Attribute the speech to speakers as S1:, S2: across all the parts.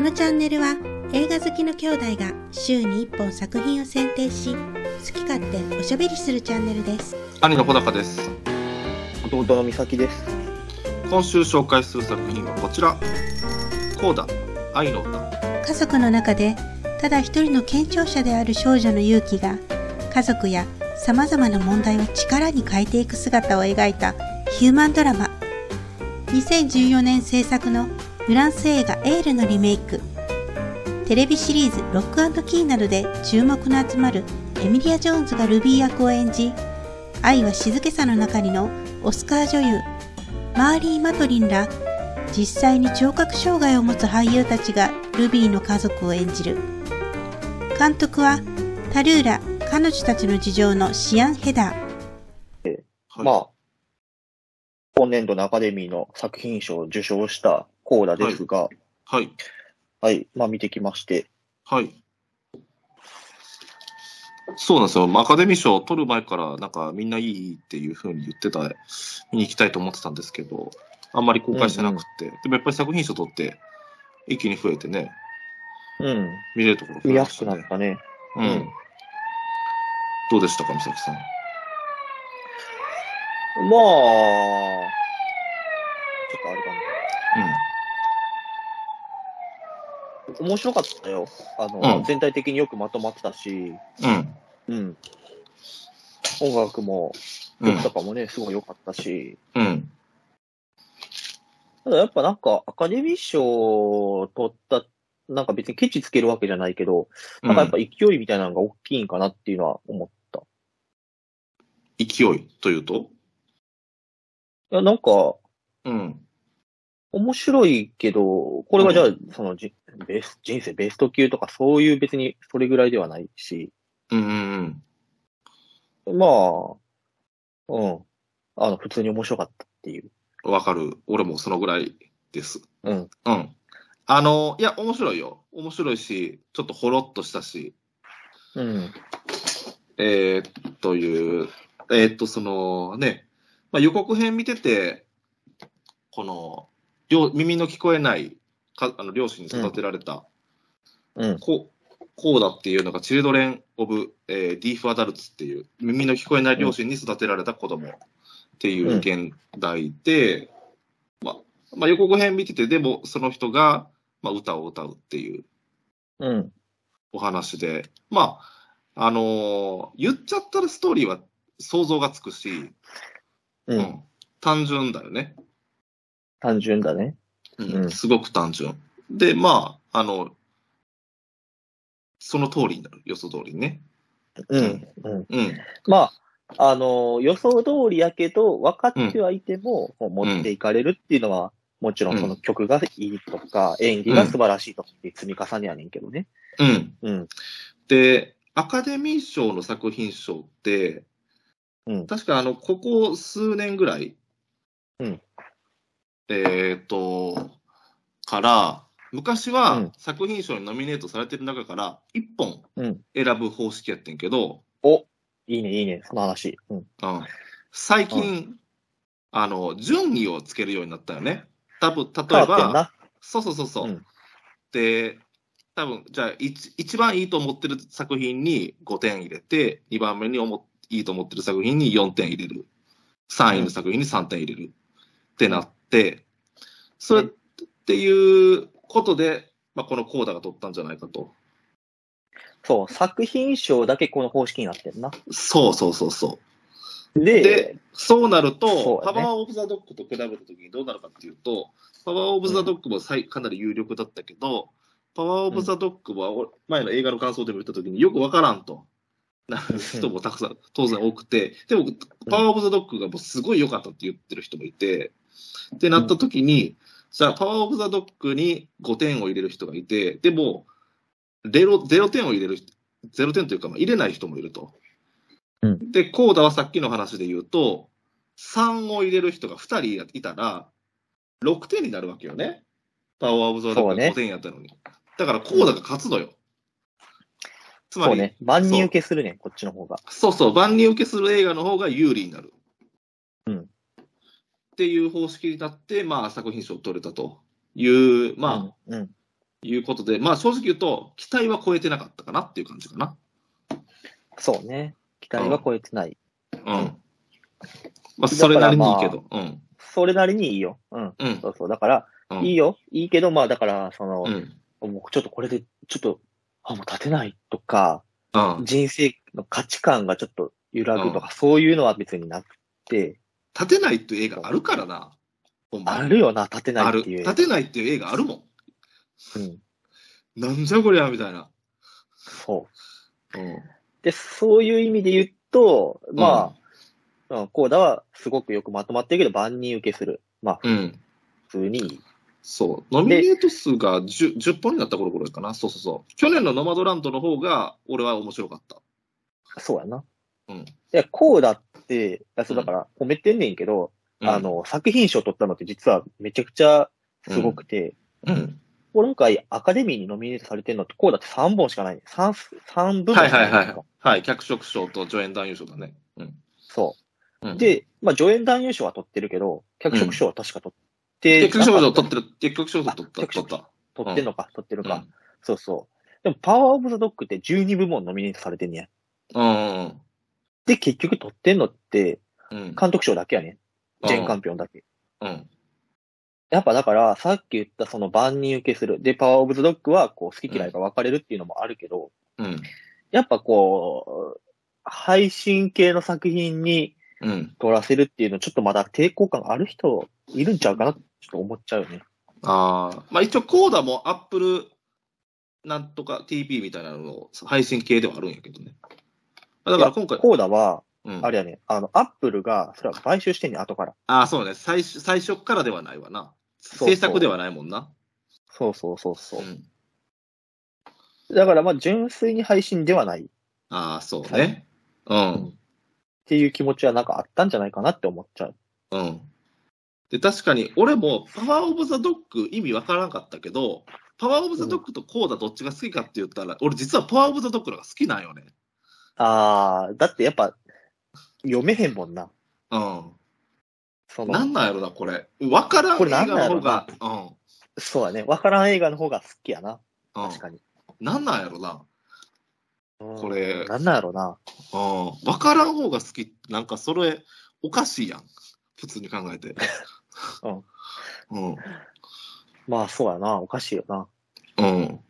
S1: のチャンネルは映画好きの兄弟が週に1本作品を選定し好き勝手おしゃべりするチャンネルです
S2: 兄の穂高です
S3: 弟の美咲です。
S2: 今週紹介する作品はこちらコーダ愛の歌
S1: 家族の中でただ一人の健常者である少女の勇気が家族や様々な問題を力に変えていく姿を描いたヒューマンドラマ2014年制作のフランス映画「エール」のリメイクテレビシリーズ「ロックキー」などで注目の集まるエミリア・ジョーンズがルビー役を演じ「愛は静けさの中に」のオスカー女優マーリー・マトリンら実際に聴覚障害を持つ俳優たちがルビーの家族を演じる監督はタルーラ彼女たちの事情のシアン・ヘダー
S2: はい
S3: まあ、今年度のアカデミーの作品賞を受賞したコーダですが、はい、
S2: はい
S3: まあ見てきまして、
S2: はいそうなんですよアカデミー賞を取る前からなんかみんないいっていう風に言ってた見に行きたいと思ってたんですけどあんまり公開してなくて、でもやっぱり作品賞取って一気に増えてね
S3: うん、
S2: 見れるところ増
S3: 見
S2: え
S3: や
S2: ますした
S3: くなっ
S2: ね
S3: たね。
S2: うん、
S3: うん
S2: どうでしたか美咲さん
S3: まあ、ちょっとあれかな。面白かったよ。あの、
S2: うん
S3: 全体的によくまとまってたし、
S2: うん
S3: うん。音楽も、
S2: うん
S3: 曲とかもね、すごい良かったし、
S2: うんうん
S3: ただやっぱなんか、アカデミー賞を取った、なんか別にケチつけるわけじゃないけど、なんかやっぱ勢いみたいなのが大きいんかなっていうのは思った。い
S2: 勢いというと
S3: や、なんか、
S2: うん
S3: 面白いけど、これがじゃあ、そのじ、ベース、人生ベスト級とかそういう別にそれぐらいではないし、
S2: うんうんうん
S3: まあ、うん。あの、普通に面白かったっていう。
S2: わかる。俺もそのぐらいです。
S3: うん。
S2: うん。あの、いや、面白いよ。面白いし、ちょっとほろっとしたし、
S3: うん。
S2: えー、という、えー、っと、そのね、まあ、予告編見てて、この、両耳の聞こえないかあの両親に育てられた、
S3: うん。
S2: こうこうだっていうのが、チルドレン・オブ・えー、ディーフ・アダルツっていう、耳の聞こえない両親に育てられた子供っていう現代で、まあまあ、予告編見てて、でもその人が、まあ、歌を歌うっていう
S3: うん。
S2: お話で、まあ、あのー言っちゃったらストーリーは想像がつくし、
S3: う。
S2: うんん単純だよね。
S3: 単純だね。
S2: うん
S3: うん
S2: すごく単純。で、まあ、あの、その通りになる、予想通りにね。
S3: うん。うん。
S2: うん。
S3: まあ、あの予想通りやけど、分かってはいても、もう持っていかれるっていうのは、もちろんその曲がいいとか、演技が素晴らしいとかっていう積み重ねやねんけどね。
S2: うん。
S3: うん。
S2: で、アカデミー賞の作品賞って、
S3: うん
S2: 確かあの、ここ数年ぐらい、
S3: うん
S2: えっ、と、から、昔は
S3: うん
S2: 作品賞にノミネートされてる中から1本
S3: うん
S2: 選ぶ方式やってんけど、
S3: いいね、いいね、その話。うん。
S2: うん最近、あの、順位をつけるようになったよね。多分例
S3: 変
S2: え
S3: わって
S2: ば、
S3: んな。
S2: そうそうそうそう。
S3: うん
S2: で、多分じゃあ一、一番いいと思ってる作品に5点入れて、2番目に思っいいと思ってる作品に4点入れる。3位の作品に3点入れる。ってなって、それっていうことで、まあ、このコーダが取ったんじゃないかと。
S3: そう、作品賞だけこの方式になってんな。
S2: そうそうそうそう。
S3: で、
S2: でそうなると、
S3: そう
S2: パ
S3: だね
S2: ワーオブザドッグと比べたときにどうなるかっていうと、パワーオブザドッグもさいかなり有力だったけど、パワーオブザドッグはお前の映画の感想でも言ったときによくわからんとなる人もたくさん、当然多くて、でも、パワーオブザドッグがもうすごい良かったって言ってる人もいて、ってなったときに、じゃあ、パワーオブザドッグに5点を入れる人がいて、でも、0, 0点を入れる人、0点というか、まあ入れない人もいると。で、コーダはさっきの話で言うと、3を入れる人が2人いたら、6点になるわけよね。パワーオブザード
S3: そ
S2: が
S3: うね
S2: 5点やったのに。だからコーダが勝つのよ。つま
S3: そう
S2: り、
S3: ね、万人受けするねん、こっちの方が。
S2: そうそう、万人受けする映画の方が有利になる。
S3: うん
S2: っていう方式になって、まあ、作品賞を取れたという、まあ、
S3: うん。うん。
S2: いうことで、まあ正直言うと、期待は超えてなかったかなっていう感じかな。
S3: そうね。期待は超えてない。
S2: うん。まあそれなりにいいけど。うん。
S3: それなりにいいよ。うん。
S2: うん。
S3: そうそう。だから、
S2: うん
S3: いいよ。いいけど、まあだから、その
S2: う、ん。
S3: もうちょっとこれで、ちょっと、あ、もう立てないとか、
S2: うん。
S3: 人生の価値観がちょっと揺らぐとか、そういうのは別になくて、
S2: 立てないっていう映画あるからな。ほんま
S3: あるよな、立てな
S2: あ
S3: い
S2: る。
S3: っていう。
S2: 立てないっていう映画あるもん。
S3: うん。
S2: なんじゃこりゃ、みたいな。
S3: そう。
S2: うん。
S3: で、そういう意味で言うと、まあ、うん、コーダはすごくよくまとまってるけど、万人受けする。まあ、
S2: うん。
S3: 普通にいい。
S2: そう。ノミネート数が 10, 10本になった頃ぐらいかな。そうそうそう。去年のノマドランドの方が、俺は面白かった。
S3: そうやな。
S2: うん
S3: いや、コーダって、いやそう
S2: うん
S3: だから、褒めてんねんけど、
S2: うん
S3: あ、の、作品賞取ったのって実はめちゃくちゃすごくて、
S2: うん。
S3: 今回アカデミーにノミネートされてんのってコーダって3本しかないね。3、三部門
S2: はい
S3: しか
S2: は
S3: ないんですよ
S2: はい。はい。脚色賞と助演男優賞だね。うん。
S3: そう。
S2: うん、
S3: で、まあ、助演男優賞は取ってるけど、脚色賞は確か取って、
S2: 結局賞取ってる。結局賞取った。
S3: あ脚
S2: 取
S3: 色
S2: った。
S3: 取ってんのか、取ってるか。
S2: うん
S3: そうそう。でも、パワーオブザドッグって12部門ノミネートされてんねや。
S2: うん
S3: で、結局取ってんのって、
S2: うんうん。
S3: 監督賞だけやね。
S2: うん
S3: 全カンピオンだけ。
S2: うん。
S3: やっぱだから、さっき言ったその万人受けする。で、パワーオブザドッグは、こう、好き嫌いが分かれるっていうのもあるけど、
S2: うん。
S3: やっぱこう、配信系の作品に
S2: うん。
S3: 撮らせるっていうの、ちょっとまだ抵抗感ある人いるんちゃうかな、ちょっと思っちゃうよね。
S2: ああ。まあ一応、コーダもアップルなんとか TV みたいなのの配信系ではあるんやけどね。まあだから今回、
S3: コーダは、
S2: うん、
S3: あれやね、あの、アップルが、それは買収してんねん、後から。
S2: ああ、そうね。最初、最初からではないわな。
S3: そう
S2: 制作ではないもんな。
S3: そうそうそうそうう。
S2: ん
S3: だから、まあ、純粋に配信ではないっ
S2: ああ、そうね。うん。
S3: ていう気持ちはなんかあったんじゃないかなって思っちゃう。
S2: うん。で、確かに、俺も、パワーオブザドッグ意味わからんかったけど、パワーオブザドッグとコーダどっちが好きかって言ったら、俺実はパワーオブザドッグの方が好きなんよね。
S3: あー、だってやっぱ、読めへんもんな。
S2: う
S3: そ
S2: ん。な
S3: の、
S2: んなんやろな、これ。わからん
S3: こ
S2: 映
S3: れな
S2: 画
S3: んなんや
S2: の
S3: ろ
S2: 方が
S3: な、
S2: う
S3: そうだね。わからん映画の方が好きやな。
S2: ん。うん。
S3: 確かに。
S2: なんなんやろな。
S3: うん
S2: これ
S3: なんなんやろうな。
S2: うん。わからん方が好きって、なんかそれ、おかしいやん。普通に考え て。うん。
S3: まあ、そうやな。おかしいよな。
S2: うん。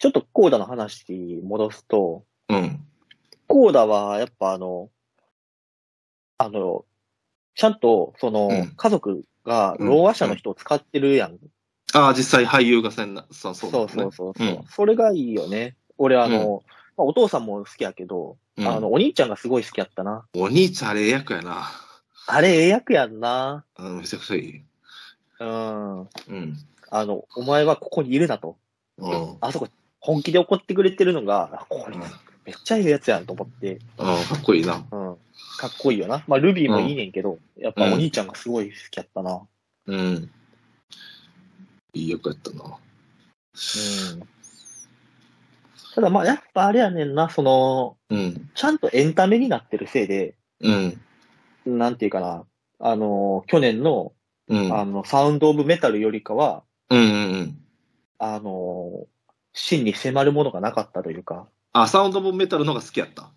S3: ちょっとコーダの話に戻すと、
S2: うん。
S3: コーダはやっぱあの、あの、ちゃんと、その、
S2: うん
S3: 家族が老和者の人を使ってるやん。
S2: ああ、実際俳優がせんな、そうそ
S3: そうう
S2: だ
S3: そ
S2: ね、
S3: うそうそう、
S2: うん
S3: それがいいよね。俺あの、まあお父さんも好きやけど、
S2: うん
S3: あの、お兄ちゃんがすごい好きやったな。
S2: お兄ちゃんあれ役やな。
S3: あれ、ええ役やんな。
S2: うん、めちゃくちゃいい。
S3: うん。
S2: うん。
S3: あの、お前はここにいるなと。
S2: うん。うん。か
S3: あそこ、本気で怒ってくれてるのが、あこいつ、めっちゃええやつやんと思って、
S2: っこいいな。
S3: うん。かっこいいよな。まあ、ルビーもいいねんけど、やっぱお兄ちゃんがすごい好きやったな。うん。
S2: うん。いい役やったな。
S3: ただまあ、やっぱあれやねんな、その、
S2: うん。
S3: ちゃんとエンタメになってるせいで、
S2: うん。
S3: なんていうかな、あの、去年の、
S2: うん。
S3: あの、サウンドオブメタルよりかは、
S2: うんうんうん。
S3: あの、真に迫るものがなかったというか、
S2: あ、サウンド・オブ・メタルの方が好きやった。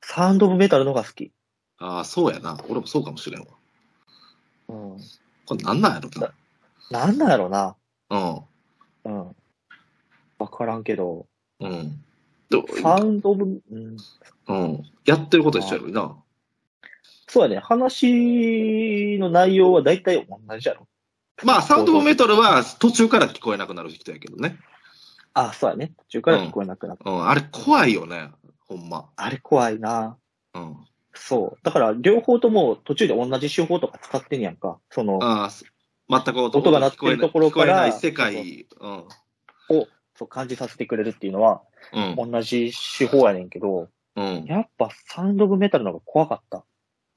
S3: サウンドオブメタルの方が好き。
S2: ああ、そうやな。俺もそうかもしれんわ。
S3: うん。
S2: これなんなんやろ
S3: なんだろうな。
S2: な。
S3: うん。わからんけど、
S2: うん。うん。ど
S3: サウンドオブ、うん、
S2: うん。やってること一緒やろにな。
S3: そうやね、話の内容は大体同じやろ。
S2: まあ、サウンド・オブ・メタルは途中から聞こえなくなる人やけどね。
S3: あ、そうやね。途中から聞こえなくなった。
S2: うん。あれ怖いよね。ほんま。
S3: あれ怖いな。
S2: うん。
S3: そう。だから、両方とも途中で同じ手法とか使ってんやんか。その、
S2: ああ、す全く音
S3: 音が鳴ってるところから
S2: 聞こえない世界。うん。
S3: そう感じさせてくれるっていうのは、
S2: うん。
S3: 同じ手法やねんけど、
S2: うん。
S3: やっぱサウンドオブメタルの方が怖かった。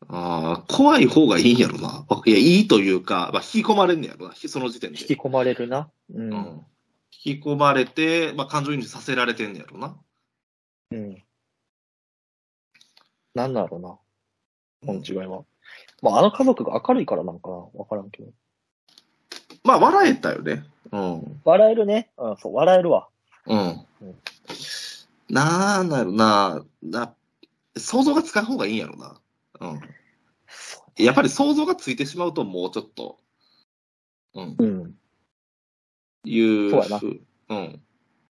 S2: ああ、怖い方がいいんやろな。いや、いいというか、まあ、引き込まれんねやろな、ひその時点で。
S3: 引き込まれるな。う。
S2: うんん引き込まれて、まあ、感情移入させられてんねやろな。
S3: うん。なんだろうな。この違いは。まあ、あの家族が明るいからなんかな。わからんけど。
S2: まあ、笑えたよね。うん。
S3: 笑えるね。うん、そう、笑えるわ。
S2: うん
S3: うん。
S2: なんだろうな、な、想像がつかん方がいいんやろな。うん。やっぱり想像がついてしまうと、もうちょっと、うん、
S3: うん。
S2: いう
S3: そうやな
S2: ふう。うん。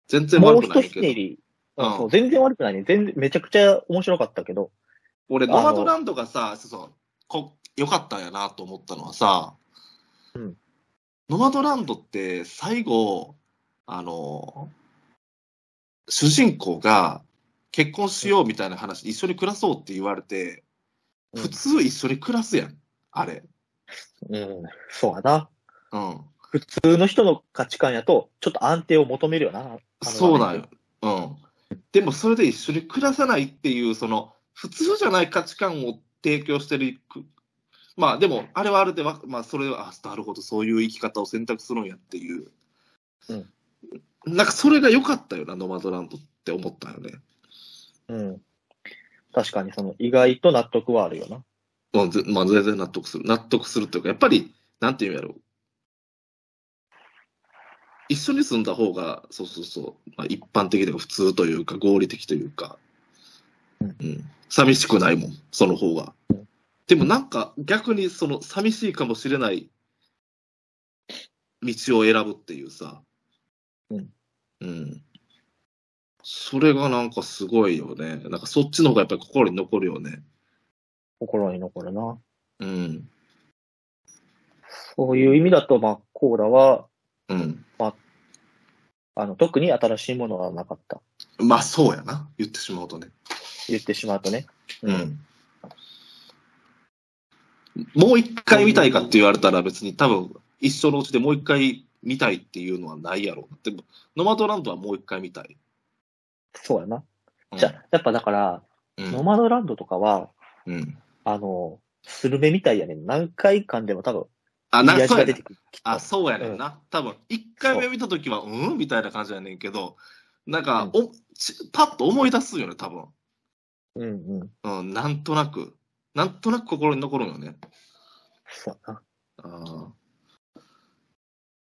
S2: 全然
S3: も
S2: 悪
S3: う
S2: く
S3: ひ
S2: な
S3: と
S2: い
S3: ひ
S2: け
S3: ね
S2: ど。
S3: り。
S2: う
S3: うんん、そう、全然悪くないね。全然、めちゃくちゃ面白かったけど。
S2: 俺、
S3: あの
S2: ノマドランドがさ、そうそうこ、良かったんやなと思ったのはさ、
S3: うん
S2: ノマドランドって最後、あの、主人公が結婚しようみたいな話、一緒に暮らそうって言われて、
S3: うん
S2: 普通一緒に暮らすやん、あれ。
S3: うん、そうやな。
S2: うん。
S3: 普通の人の価値観やと、ちょっと安定を求めるよな。あの
S2: そうなんよ。。うん。でもそれで一緒に暮らさないっていう、その、普通じゃない価値観を提供してる。くまあでも、あれはあれでわ、まあそれは、あ、なるほど、そういう生き方を選択するんやっていう。
S3: うん
S2: なんかそれが良かったよな、ノマドランドって思ったよね。
S3: うん。確かに、その、意外と納得はあるよな。
S2: うんぜまあ全然納得する。納得するというか、やっぱり、なんていうんやろう。一緒に住んだ方が、そうそうそう、まあ、一般的でも普通というか、合理的というか、
S3: うん
S2: 寂しくないもん、その方が。でもなんか、逆に、その、寂しいかもしれない道を選ぶっていうさ、
S3: うん。
S2: うん。それがなんかすごいよね。なんかそっちの方がやっぱり心に残るよね。
S3: 心に残るな。
S2: うん。
S3: そういう意味だと、まあ、コーラは、
S2: うん。
S3: あの、特に新しいものはなかった。
S2: まあそうやな、言ってしまうとね。
S3: 言ってしまうとね。
S2: ん。もう一回見たいかって言われたら別に多分一緒のうちでもう一回見たいっていうのはないやろうな。でも、ノマドランドはもう一回見たい。
S3: そうやな。
S2: うん
S3: じゃあ、やっぱだから、
S2: うん
S3: ノマドランドとかは、
S2: うん。
S3: あの、スルメみたいやねん。何回間でも多分、
S2: あ、
S3: いい
S2: な
S3: 味
S2: そう
S3: が
S2: や
S3: 出
S2: ね
S3: てくる。
S2: あ、そうやねんな。多分一回目見たときは、うんみたいな感じやねんけど、なんか、おちパッと思い出すよね、多分。
S3: うんうん。
S2: うん、なんとなく。なんとなく心に残るよね。
S3: そうやな。
S2: ああ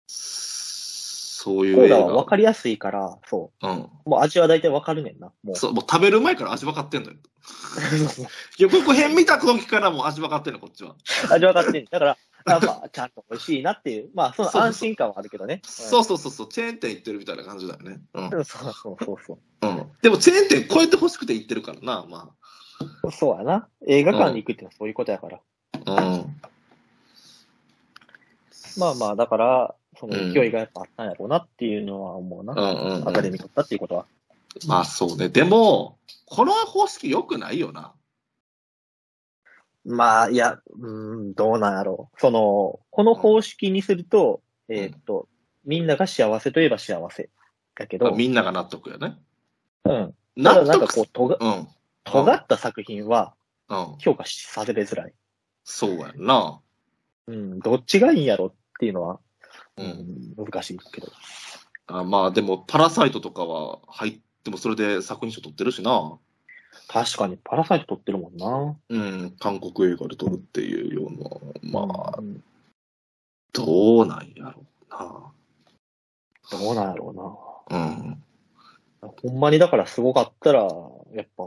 S2: そういう
S3: コー
S2: 映
S3: ラ
S2: 画
S3: は分かりやすいから、そ
S2: うん。
S3: う。もう味は大体分かるねんな。も う。
S2: そう、もう食べる前から味分かってんのよ。
S3: そうそう
S2: 予告編見た時からもう味分かってんの、こっちは。
S3: 味分かってん。だから、あまあ、ちゃんと美味しいなっていう、まあ、そ
S2: そうそう
S3: の安心感はあるけどね。
S2: そうそうそうそう、チェーン店行ってるみたいな感じだよね。うん。
S3: うん。そうそうそうそ
S2: うん、でも、チェーン店超えて欲しくて行ってるからな、ま
S3: う。そうやな。映画館に行くってのはそういうことやから。
S2: あ。うん。
S3: まあまあ、だから、その勢いがやっぱあったんやろうなっていうのは思うな。
S2: うんうん、う
S3: アカデ
S2: ん。
S3: ミー取ったっていうことは。
S2: まあ、そうね。でも、この方式良くないよな。
S3: まあ、いや、うーん、どうなんやろう。その、この方式にすると、えーっと、みんなが幸せといえば幸せ。だけど、
S2: みんなが納得よね。
S3: うん。ただ
S2: 納
S3: なんか
S2: 得
S3: こう、とが、
S2: う、うん。
S3: 尖った作品は
S2: うん。
S3: 評価しさせれづらい。
S2: そうやんな。
S3: うん、どっちがいいんやろっていうのは、
S2: う。
S3: うんん、難しいけど。
S2: あまあでも、パラサイトとかは入っても、それで作品賞取ってるしな。
S3: 確かに、パラサイト取ってるもんな。
S2: うん、韓国映画で撮るっていうような、まあ
S3: う、ん
S2: どうなんやろう
S3: どうなんやろ
S2: な。うん、
S3: うな。ほんまにだからすごかったら、やっぱ、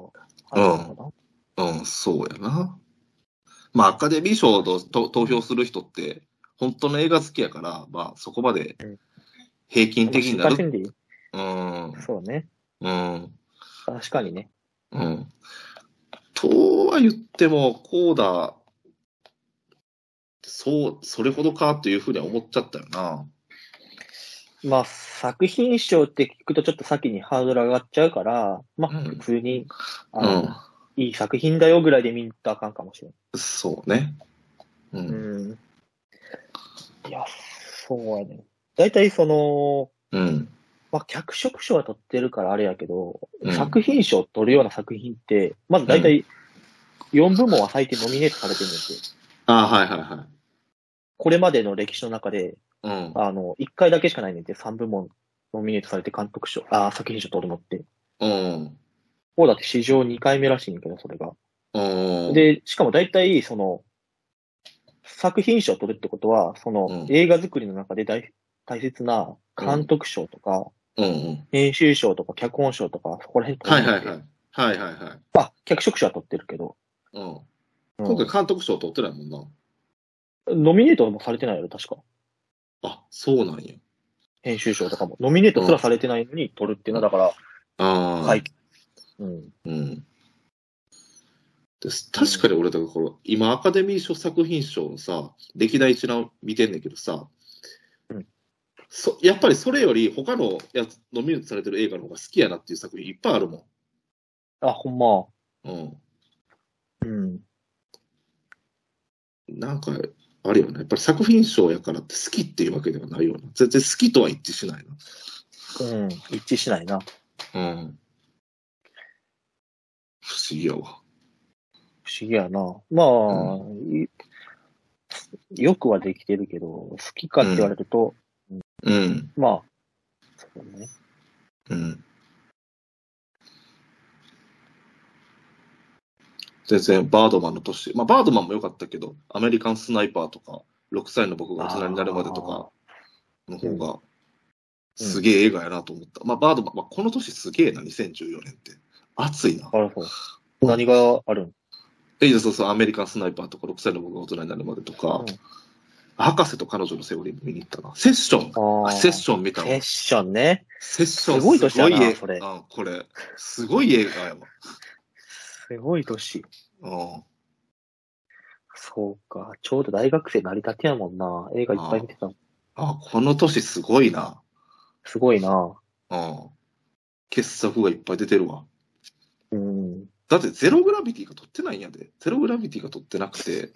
S3: あれなのかな
S2: うん、そうやな。まあ、アカデミー賞とと投票する人って、本当の映画好きやから、まあ、そこまで
S3: うん
S2: 平均的にな
S3: まあ失敗せ
S2: る。
S3: んでいい
S2: うん、
S3: そうね。
S2: うん、
S3: 確かにね。
S2: うん。とは言っても、こうだ、そう、それほどかっていうふうには思っちゃったよな。
S3: まあ、作品賞って聞くとちょっと先にハードル上がっちゃうから、まあ、
S2: うん
S3: 普通に、あの
S2: うん。
S3: いい作品だよぐらいで見んとあかんかもしれん。
S2: そうね。うん。
S3: うん。いや、そうやね。大体その、
S2: うん。
S3: まあ、脚色賞は取ってるからあれやけど、
S2: うん
S3: 作品賞取るような作品って、まず大体4部門は最低ノミネートされてるんですよ。
S2: あはいはいはい。
S3: これまでの歴史の中で、
S2: うん。
S3: あの、1回だけしかないねんて、3部門ノミネートされて監督賞、あ、作品賞取るのって。
S2: うん。
S3: もうだって史上2回目らしいんやけど、それが。
S2: うん。、
S3: で、しかも大体、その、作品賞を取るってことは、その
S2: うん
S3: 映画作りの中で大大切な監督賞とか、
S2: うんうん。
S3: 編集賞とか脚本賞とか、そこら辺
S2: はい
S3: 取
S2: は
S3: るん
S2: い
S3: で
S2: はい。はいはいはい。
S3: まあ、脚色賞は取ってるけど、
S2: うん。
S3: うん
S2: 今回監督賞取ってないもんな。
S3: ノミネートもされてないよね、確か。
S2: あ、そうなんや。
S3: 編集賞とかも。ノミネートすらされてないのに取るっていうのは、だから、
S2: ああ。
S3: はい。うん。
S2: うん。です確かに俺、だからこの、今、アカデミー賞作品賞のさ、歴代一覧見てんねんけどさ、
S3: うん
S2: そやっぱりそれより、他のやつ、ノミネートされてる映画の方が好きやなっていう作品いっぱいあるも
S3: あ、ほんま。
S2: ん。うん。
S3: うん。
S2: なんか、あるよね。やっぱり作品賞やからって好きっていうわけではないよな。全然好きとは一致しない
S3: うん。一致しないな。
S2: な。うん。不思議やわ。
S3: 不思議やな。まあ、いよくはできてるけど、好きかって言われると、
S2: うん。
S3: まあ、そうね。
S2: うん。全然、バードマンの年。まあ、バードマンも良かったけど、アメリカンスナイパーとか、6歳の僕が大人になるまでとかの方が、
S3: うん
S2: すげえ映画やなと思った。まあ、バードマン、まあ、この年すげえな、2014年って。熱いな
S3: あ。らそう。何があるん
S2: え、いやそうそう、アメリカンスナイパーとか、6歳の僕が大人になるまでとか、
S3: うん
S2: 博士と彼女のセオリーも見に行ったな。セッション。あ
S3: ああ
S2: セッション見たわ
S3: セッションね。
S2: セッション
S3: すごい年だな
S2: すごい映画
S3: それ
S2: うんこれ、すごい映画やわ。
S3: すごい年。
S2: うん
S3: そうか。ちょうど大学生になりたてやもんな。映画いっぱい見てたもん。
S2: あ、この年すごいな。
S3: すごいな。
S2: うん。傑作がいっぱい出てるわ。
S3: うん。
S2: だってゼログラビティが取ってないんやで。ゼログラビティが取ってなくて。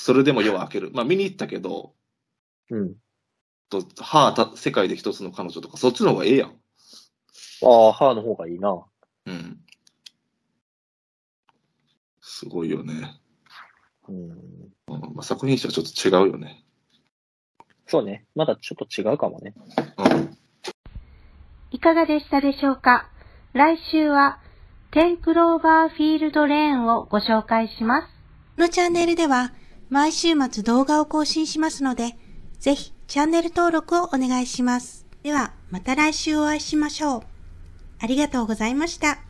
S2: それでも夜は明ける。まあ見に行ったけど、
S3: うん。
S2: とはあた、世界で一つの彼女とか、そっちの方がええやん。
S3: ああ、歯の方がいいな。
S2: うん。すごいよね。
S3: うん。
S2: うんまあ、作品賞はちょっと違うよね。
S3: そうね。まだちょっと違うかもね。
S2: うん。
S1: いかがでしたでしょうか来週は、テンクローバーフィールドレーンをご紹介します。このチャンネルでは、毎週末動画を更新しますので、ぜひチャンネル登録をお願いします。では、また来週お会いしましょう。ありがとうございました。